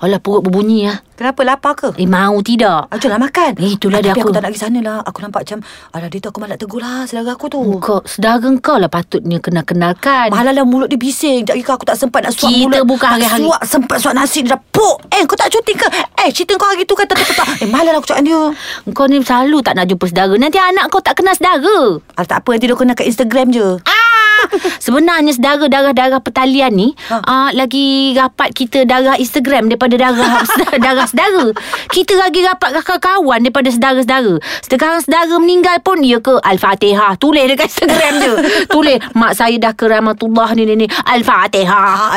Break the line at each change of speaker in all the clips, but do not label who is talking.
Alah perut berbunyi lah
Kenapa lapar ke?
Eh mau tidak
Ah, jomlah makan.
Eh,
Ah,
itulah dia
tapi aku.
aku.
tak nak pergi sana lah. Aku nampak macam, alah dia tu aku malah tegur lah saudara aku tu.
Kau Sedara kau lah patutnya kena kenalkan
Malah lah mulut dia bising. Tak kira aku tak sempat nak suap
Kita
mulut.
bukan
Tak
hari-hari.
Suap sempat suap nasi dia dah puk. Eh kau tak cuti ke? Eh cerita kau hari tu kata tak Eh malah lah aku cakap dengan dia.
Kau ni selalu tak nak jumpa sedara Nanti anak kau tak kenal sedara
Alah tak apa nanti dia kena kat Instagram je.
Ah, Sebenarnya sedara darah-darah pertalian ni
Ha.
ha. uh, Lagi rapat kita darah Instagram Daripada darah darah sedara Kita lagi rapat kakak kawan Daripada sedara-sedara Sekarang sedara meninggal pun Ya ke Al-Fatihah Tulis dekat Instagram je Tulis Mak saya dah ke Rahmatullah ni ni ni Al-Fatihah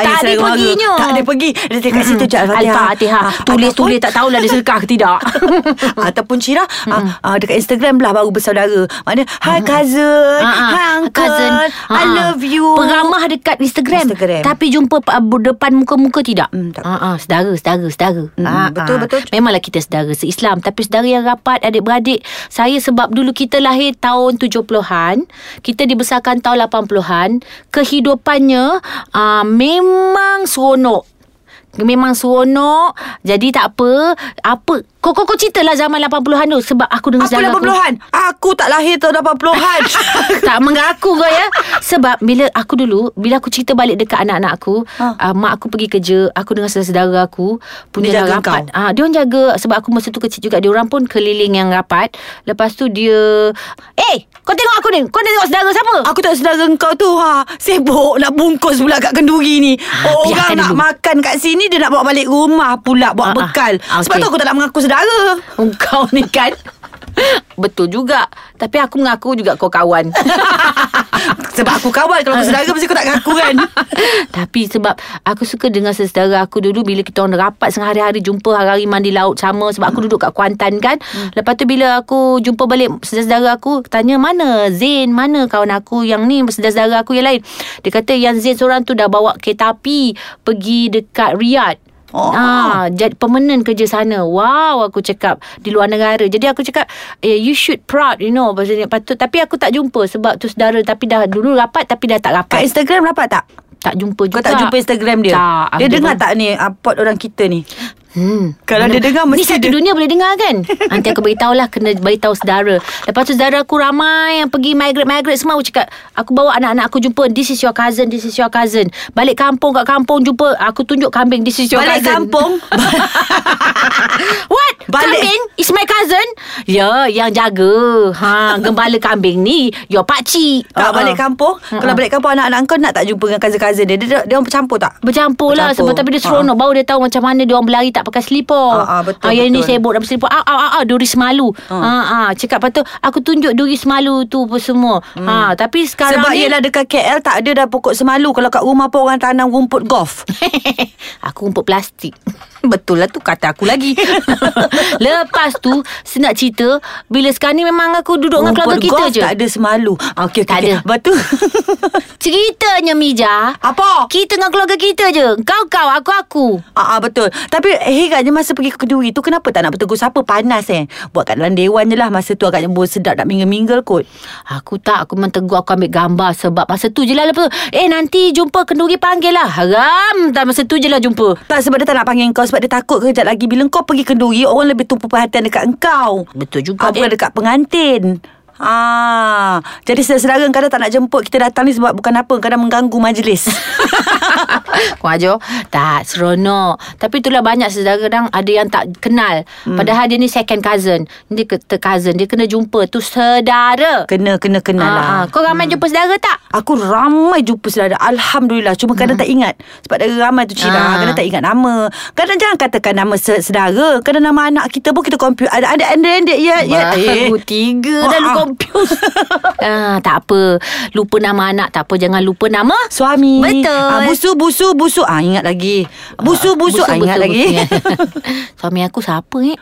Ah,
Tak ada
saya selalu
perginya Hmm,
marah. Tak ada pergi. Dia dekat situ je Al-Fatihah.
Al-Fatihah
Ah,
Tulis-tulis tak tahulah dia serkah ke tidak
ataupun- Ataupun Syirah ah, ah, Dekat Instagram lah Baru bersaudara Maknanya Hi cousin
Ah, ah.
Hi uncle
Cousin.
I
Ah, ah.
love you
Peramah dekat Instagram,
Instagram.
Tapi jumpa pa- depan muka-muka tidak
Hmm, tak.
Ah, ah, Sedara Sedara Sedara
Hmm,
Ah,
betul,
ah.
betul.
Memanglah kita sedara se-Islam Tapi sedara yang rapat Adik-beradik Saya sebab dulu kita lahir Tahun 70-an Kita dibesarkan tahun 80-an Kehidupannya ah, Memang seronok Memang seronok Jadi tak apa Apa Kau kau, kau ceritalah zaman 80-an tu Sebab aku dengar
Apa
sedara aku-
80-an? Aku tak lahir tahun 80-an
tak mengaku kau ya Sebab bila aku dulu Bila aku cerita balik dekat anak-anak aku ha.
Ha.
uh, Mak aku pergi kerja Aku dengan saudara-saudara aku Punya
Dia jaga
dah rapat uh, Dia orang jaga Sebab aku masa tu kecil juga Dia orang pun keliling yang rapat Lepas tu dia Eh kau tengok aku ni Kau nak tengok saudara siapa
Aku tak sedara kau tu ha. Sibuk nak bungkus pula kat kenduri ni oh,
biarkan
Orang nak
dulu.
makan kat sini Dia nak bawa balik rumah pula
Ah, ah.
Bawa bekal
Ah,
Sebab
okey.
tu aku tak nak mengaku sedara
Kau ni kan Betul juga Tapi aku mengaku juga kau kawan
Sebab aku kawan Kalau
Ah.
aku sedara mesti aku tak mengaku kan
Tapi sebab aku suka dengan saudara aku dulu bila kita orang rapat setengah hari-hari jumpa hari-hari mandi laut sama sebab aku duduk kat Kuantan kan.
Hmm.
Lepas tu bila aku jumpa balik saudara aku tanya mana Zain, mana kawan aku yang ni saudara aku yang lain. Dia kata yang Zain seorang tu dah bawa kereta api pergi dekat Riyadh.
Oh.
Ah, jadi permanent kerja sana. Wow, aku cakap di luar negara. Jadi aku cakap, eh, you should proud, you know. Pasal ni patut. Tapi aku tak jumpa sebab tu saudara tapi dah dulu rapat tapi dah tak rapat.
Kat Instagram dapat tak?
Tak jumpa juga
Kau tak jumpa Instagram dia?
Tak
Dia
Aku
dengar
pun-
tak ni uh, Pod orang kita ni
hmm.
Kalau dia dengar
Ni
mesti
satu
dia
dunia boleh dengar kan Nanti aku beritahulah Kena beritahu saudara Lepas tu saudara aku ramai Yang pergi migrate-migrate semua Aku cakap Aku bawa anak-anak aku jumpa This is your cousin This is your cousin Balik kampung kat kampung Jumpa Aku tunjuk kambing This is your
Balik
cousin
kampung
What?
Balik.
Kambing? Is my cousin? Ya, yang jaga ha, Gembala kambing ni Your pakcik
Tak
Ah, ah.
balik kampung Kalau balik kampung Anak-anak kau nak tak jumpa Dengan cousin-cousin dia Dia, dia, dia orang bercampur tak?
Bercampur lah
Bercampur.
Sebab tapi dia
Ha.
seronok Baru dia tahu macam mana Dia orang berlari tak pakai selipar
Ah, ah, betul,
Yang ni
betul. Ha.
sibuk dapat selipar ah, ah, ah, ah, Duri semalu ah. Ah, Cakap lepas tu Aku tunjuk duri semalu tu apa semua hmm. ah, Tapi sekarang
Sebab
ni
ialah dekat KL tak ada dah pokok semalu Kalau kat rumah pun orang tanam rumput golf
Aku rumput plastik Betul lah tu kata aku lagi Lepas tu Saya nak cerita Bila sekarang ni memang aku duduk dengan keluarga
Rumput
kita
golf
je
tak ada semalu ah, Okey
Tak
okey okay.
ada.
Lepas tu
Ceritanya Mija
Apa?
Kita dengan keluarga kita je Kau-kau aku-aku
Ah, ah betul. Tapi eh, agaknya masa pergi ke Keduri tu kenapa tak nak bertegur siapa panas eh. Buat kat dalam dewan je lah masa tu agaknya bau sedap nak minggu-minggu kot.
Aku tak Aku memang tegur Aku ambil gambar Sebab masa tu je lah Lepas tu Eh nanti jumpa Kenduri panggil lah Haram Dah masa tu je lah jumpa
Tak sebab dia tak nak panggil kau sebab dia takut kejap lagi bila kau pergi Keduri orang lebih tumpu perhatian dekat engkau.
Betul juga
Kau bukan dekat pengantin. Ah, jadi saudara-saudara kadang tak nak jemput kita datang ni sebab bukan apa kadang mengganggu majlis.
Kau ajar Tak seronok Tapi itulah banyak saudara kadang Ada yang tak kenal hmm. Padahal dia ni second cousin Dia kata cousin Dia kena jumpa Tu saudara
kena kena kena lah.
Ah, ah. Kau ramai jumpa saudara tak?
Aku ramai jumpa saudara Alhamdulillah Cuma kadang tak ingat Sebab ada ramai tu Cina
Ah.
Kadang tak ingat nama Kadang jangan katakan nama se- saudara Kadang nama anak kita pun kita compute Ada ada ada ada ya ya
Baru tiga
Ah,
Dah lu
ah. confused.
ah, tak apa. Lupa nama anak tak apa. Jangan lupa nama.
Suami.
Betul.
Ah, busu, busu, busu. Ah, ingat lagi. Busu, busu. ah, ingat lagi.
ya. Suami aku siapa eh?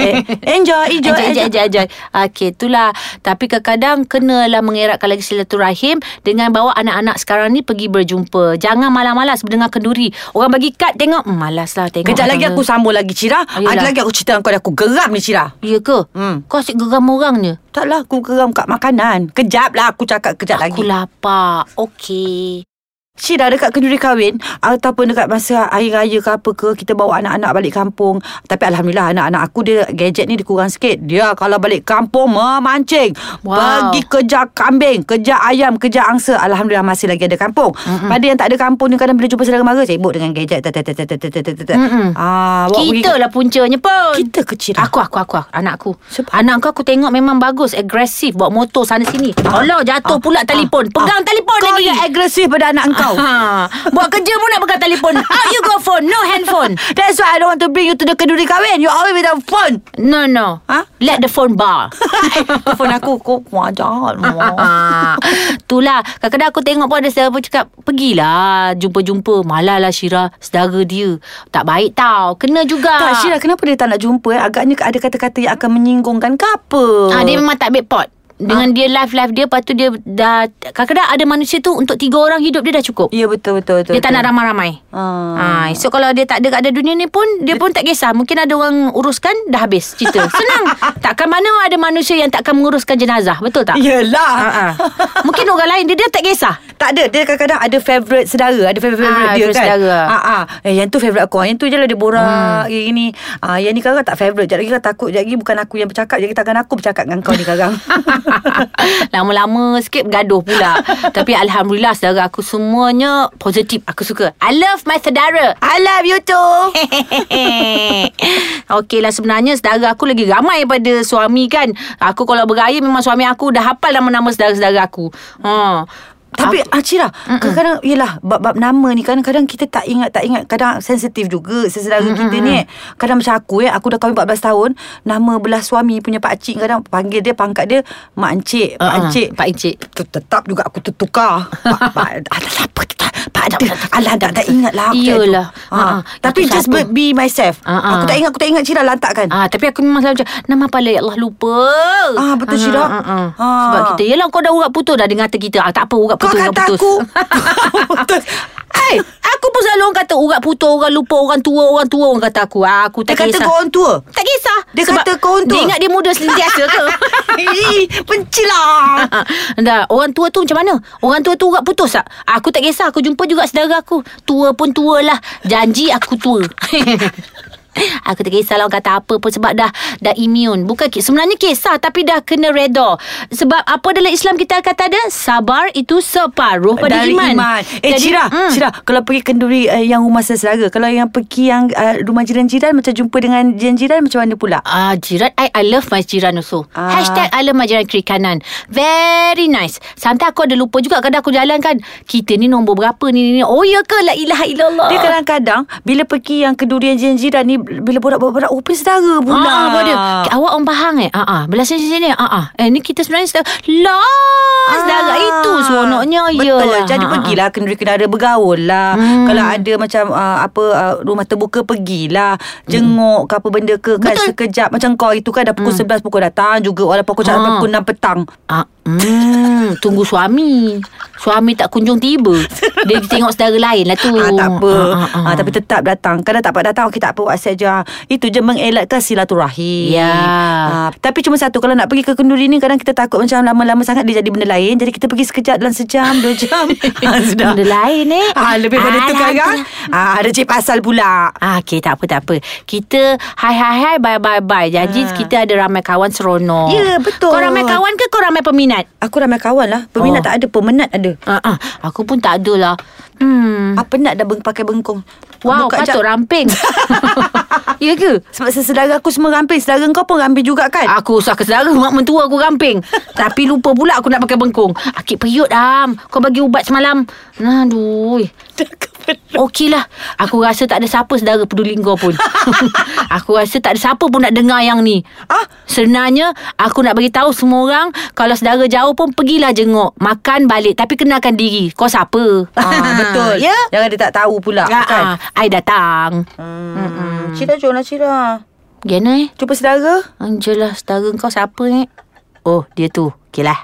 eh, enjoy, enjoy,
Ajak, ajak, ajak, ajak. Okey, itulah. Tapi kadang-kadang kenalah mengeratkan lagi silaturahim dengan bawa anak-anak sekarang ni pergi berjumpa. Jangan malas-malas mendengar kenduri. Orang bagi kad tengok, hmm, malaslah tengok.
Kejap
orang
lagi
dia.
aku sambung lagi Cira
Yelah.
Ada lagi aku cerita dengan kau dah. Aku geram ni Cira
Ya ke?
Hmm.
Kau asyik geram orangnya.
Taklah aku geram kat makanan Kejap lah aku cakap kejap lagi
Aku lapar. Okey.
Cira dekat kenduri kahwin Ataupun dekat masa hari raya ke apa ke Kita bawa anak-anak balik kampung Tapi Alhamdulillah anak-anak aku dia gadget ni dia kurang sikit Dia kalau balik kampung memancing
Wow.
Pergi kejar kambing Kejar ayam, kejar angsa Alhamdulillah masih lagi ada kampung mm Pada yang tak ada kampung ni kadang bila jumpa saudara mara Sibuk dengan gadget tat, tat, tat, tat, tat, tat, tat.
Mm-mm.
Ah, bawa pergi-
Kita lah puncanya pun.
Kita ke Cira
Aku, aku, aku, aku. Anak aku.
Sebab-
Anak aku aku tengok memang bagus. Agresif. Bawa motor sana sini. Allah, jatuh Oh, pula telefon. Pegang telefon
Ah, Kau
lagi.
yang agresif pada anak kau
Ha, buat kerja pun nak pegang telefon. Out you go phone, no handphone.
That's why I don't want to bring you to the keduri kahwin. You always with a phone.
No, no.
Ha?
Let the phone bar.
Phone aku kau wah jahat. Mama.
Ah, itulah Kadang-kadang aku tengok pun Ada saudara pun cakap Pergilah Jumpa-jumpa Malah lah Syirah Saudara dia Tak baik tau Kena juga
Tak Syirah kenapa dia tak nak jumpa eh? Agaknya ada kata-kata yang akan menyinggungkan ke apa?
ah, Dia memang tak baik pot
Ha?
Dengan dia live-live dia Lepas tu dia dah Kadang-kadang ada manusia tu Untuk tiga orang hidup dia dah cukup
Ya betul betul betul.
Dia tak nak
betul.
ramai-ramai
Ah.
Ha, esok kalau dia tak ada kat dunia ni pun Dia pun tak kisah Mungkin ada orang uruskan Dah habis cerita Senang Takkan mana ada manusia Yang takkan menguruskan jenazah Betul tak?
Yelah.
Ha, ha. Mungkin orang lain Dia, dia tak kisah
Tak ada Dia kadang-kadang ada favourite saudara Ada favourite-favourite
Ah,
dia
favourite
kan
saudara.
ah, ah. Eh, Yang tu favourite aku Yang tu je lah dia borak hmm. Gini ah, Yang ni kadang tak favourite Sekejap lagi kau takut Sekejap lagi bukan aku yang bercakap Sekejap lagi takkan aku bercakap dengan kau ni kadang
Lama-lama sikit bergaduh pula Tapi Alhamdulillah Saudara aku semuanya Positif Aku suka I love my saudara
I love you too
Okey lah sebenarnya Saudara aku lagi ramai Daripada suami kan Aku kalau beraya Memang suami aku Dah hafal nama-nama Saudara-saudara aku ha.
Tapi Acira Kadang-kadang Yelah Bab-bab nama ni Kadang-kadang kita tak ingat Tak ingat Kadang sensitif juga Sesedara kita ni Kadang macam aku eh Aku dah kahwin 14 tahun Nama belah suami punya pakcik Kadang panggil dia Pangkat dia Mak Encik Pak
Ah,
Encik
Pak Encik
Tet- Tetap juga aku tertukar Pak Pak Alah apa kita Pak ada Alah tak, tak ingat lah aku tak
Iyalah.
tahu. ha.
Ha, ha.
Tapi
Itu
just
satu.
be, be myself
Ha, ha.
Aku tak ingat Aku tak ingat Cira lantakkan
Ah, tapi aku memang selalu macam Nama apa lah ya Allah lupa
Ah, betul, Syirah.
ah, ah.
Ah.
Sebab kita Yelah kau dah urat putus dah Dengan kata kita ah, Tak apa urat
Kau
putus urat
kata
putus.
aku Putus.
Hai, aku pun selalu orang kata Urat putus Orang lupa Orang tua Orang tua orang kata aku ah, Aku
Dia
tak
kata
kisah
kau orang tua
Tak kisah
Dia kata kau orang tua.
Dia ingat dia muda sentiasa ke
Ih, Benci lah
Ah, dah orang tua tu macam mana? Orang tua tu urat putus tak? Ah, Aku tak kisah, aku jumpa juga saudara aku. Tua pun tua lah. Janji aku tua. Aku tak kisah lah orang kata apa pun sebab dah dah immune. Bukan ki- sebenarnya kisah tapi dah kena reda. Sebab apa dalam Islam kita kata ada sabar itu separuh pada
dari iman. Eh Jadi, Cira,
mm.
mm. Cira kalau pergi kenduri uh, yang rumah saudara, kalau yang pergi yang uh, rumah jiran-jiran macam jumpa dengan jiran-jiran macam mana pula?
Ah, jiran I, I love my jiran also
Ah.
ah. Hashtag I love my jiran kiri kanan Very nice Sometimes aku ada lupa juga Kadang aku jalan kan Kita ni nombor berapa ni, ni, ni. Oh ya ke La ilaha illallah Ah,
Dia kadang-kadang bila pergi yang kenduri yang jiran-jiran ni bila borak-borak oh, pergi saudara pula.
Ah, ah, dia. Awak orang Pahang eh? Ah, ah. Belah sini sini. Ah, ah. Eh, ni kita sebenarnya sedang. Lah, saudara itu seronoknya.
Ah. Betul lah.
Yelah.
Jadi
Ah, ah.
pergilah Kenduri kena ada bergaul lah hmm. Kalau ada macam uh, Apa uh, Rumah terbuka Pergilah Jenguk ke apa benda ke kan,
Betul. Hmm.
Sekejap Macam kau itu kan Dah pukul 11 pukul datang juga Walaupun aku cakap
Ah.
pukul 6 petang
Ah, hmm, tunggu suami. Suami tak kunjung tiba. Dia tengok saudara lain lah tu.
Ah, tak apa
Ah, ah, ah.
Ah, Tapi tetap datang Kadang tak dapat datang Okey tak apa WhatsApp je Ah, Itu je mengelakkan silaturahim
Ya.
Ah, Tapi cuma satu Kalau nak pergi ke kenduri ni Kadang kita takut macam Lama-lama sangat Dia jadi benda lain Jadi kita pergi sekejap Dalam sejam Dua jam ah, Sudah
Benda lain eh.
ah, Lebih pada tu
Alah,
kadang ah, Ada cik pasal pula
Ah, okay, tak apa, tak apa. Kita hai hai hai, bye bye bye. Janji ha. kita ada ramai kawan seronok.
Ah. Ya, betul.
Kau ramai kawan ke kau ramai peminat?
Aku ramai kawan lah Peminat oh.
Oh.
tak ada Pemenat ada
Ah, ah, aku pun tak ada lah. Hmm.
Ah, penat dah beng, pakai bengkong
Wow,
Buka
patut
jap.
lah. ramping. ya ke?
Sebab sesedara aku semua ramping Sedara kau pun ramping juga kan
Aku usah ke saudara Mak mentua aku ramping Tapi lupa pula aku nak pakai bengkung Akik periut am Kau bagi ubat semalam Aduh
Dah ke-
Okey lah Aku rasa tak ada siapa Sedara peduli kau pun Aku rasa tak ada siapa pun Nak dengar yang ni
Ah?
Sebenarnya Aku nak bagi tahu semua orang Kalau sedara jauh pun Pergilah jenguk Makan balik Tapi kenalkan diri Kau siapa
Ah, betul.
ya.
Jangan dia tak tahu pula
Ah,
kan.
ah, I datang
Hmm. Cira jomlah Cira.
Gimana eh
Jumpa saudara.
Anjalah Sedara kau siapa ni Oh dia tu Okey lah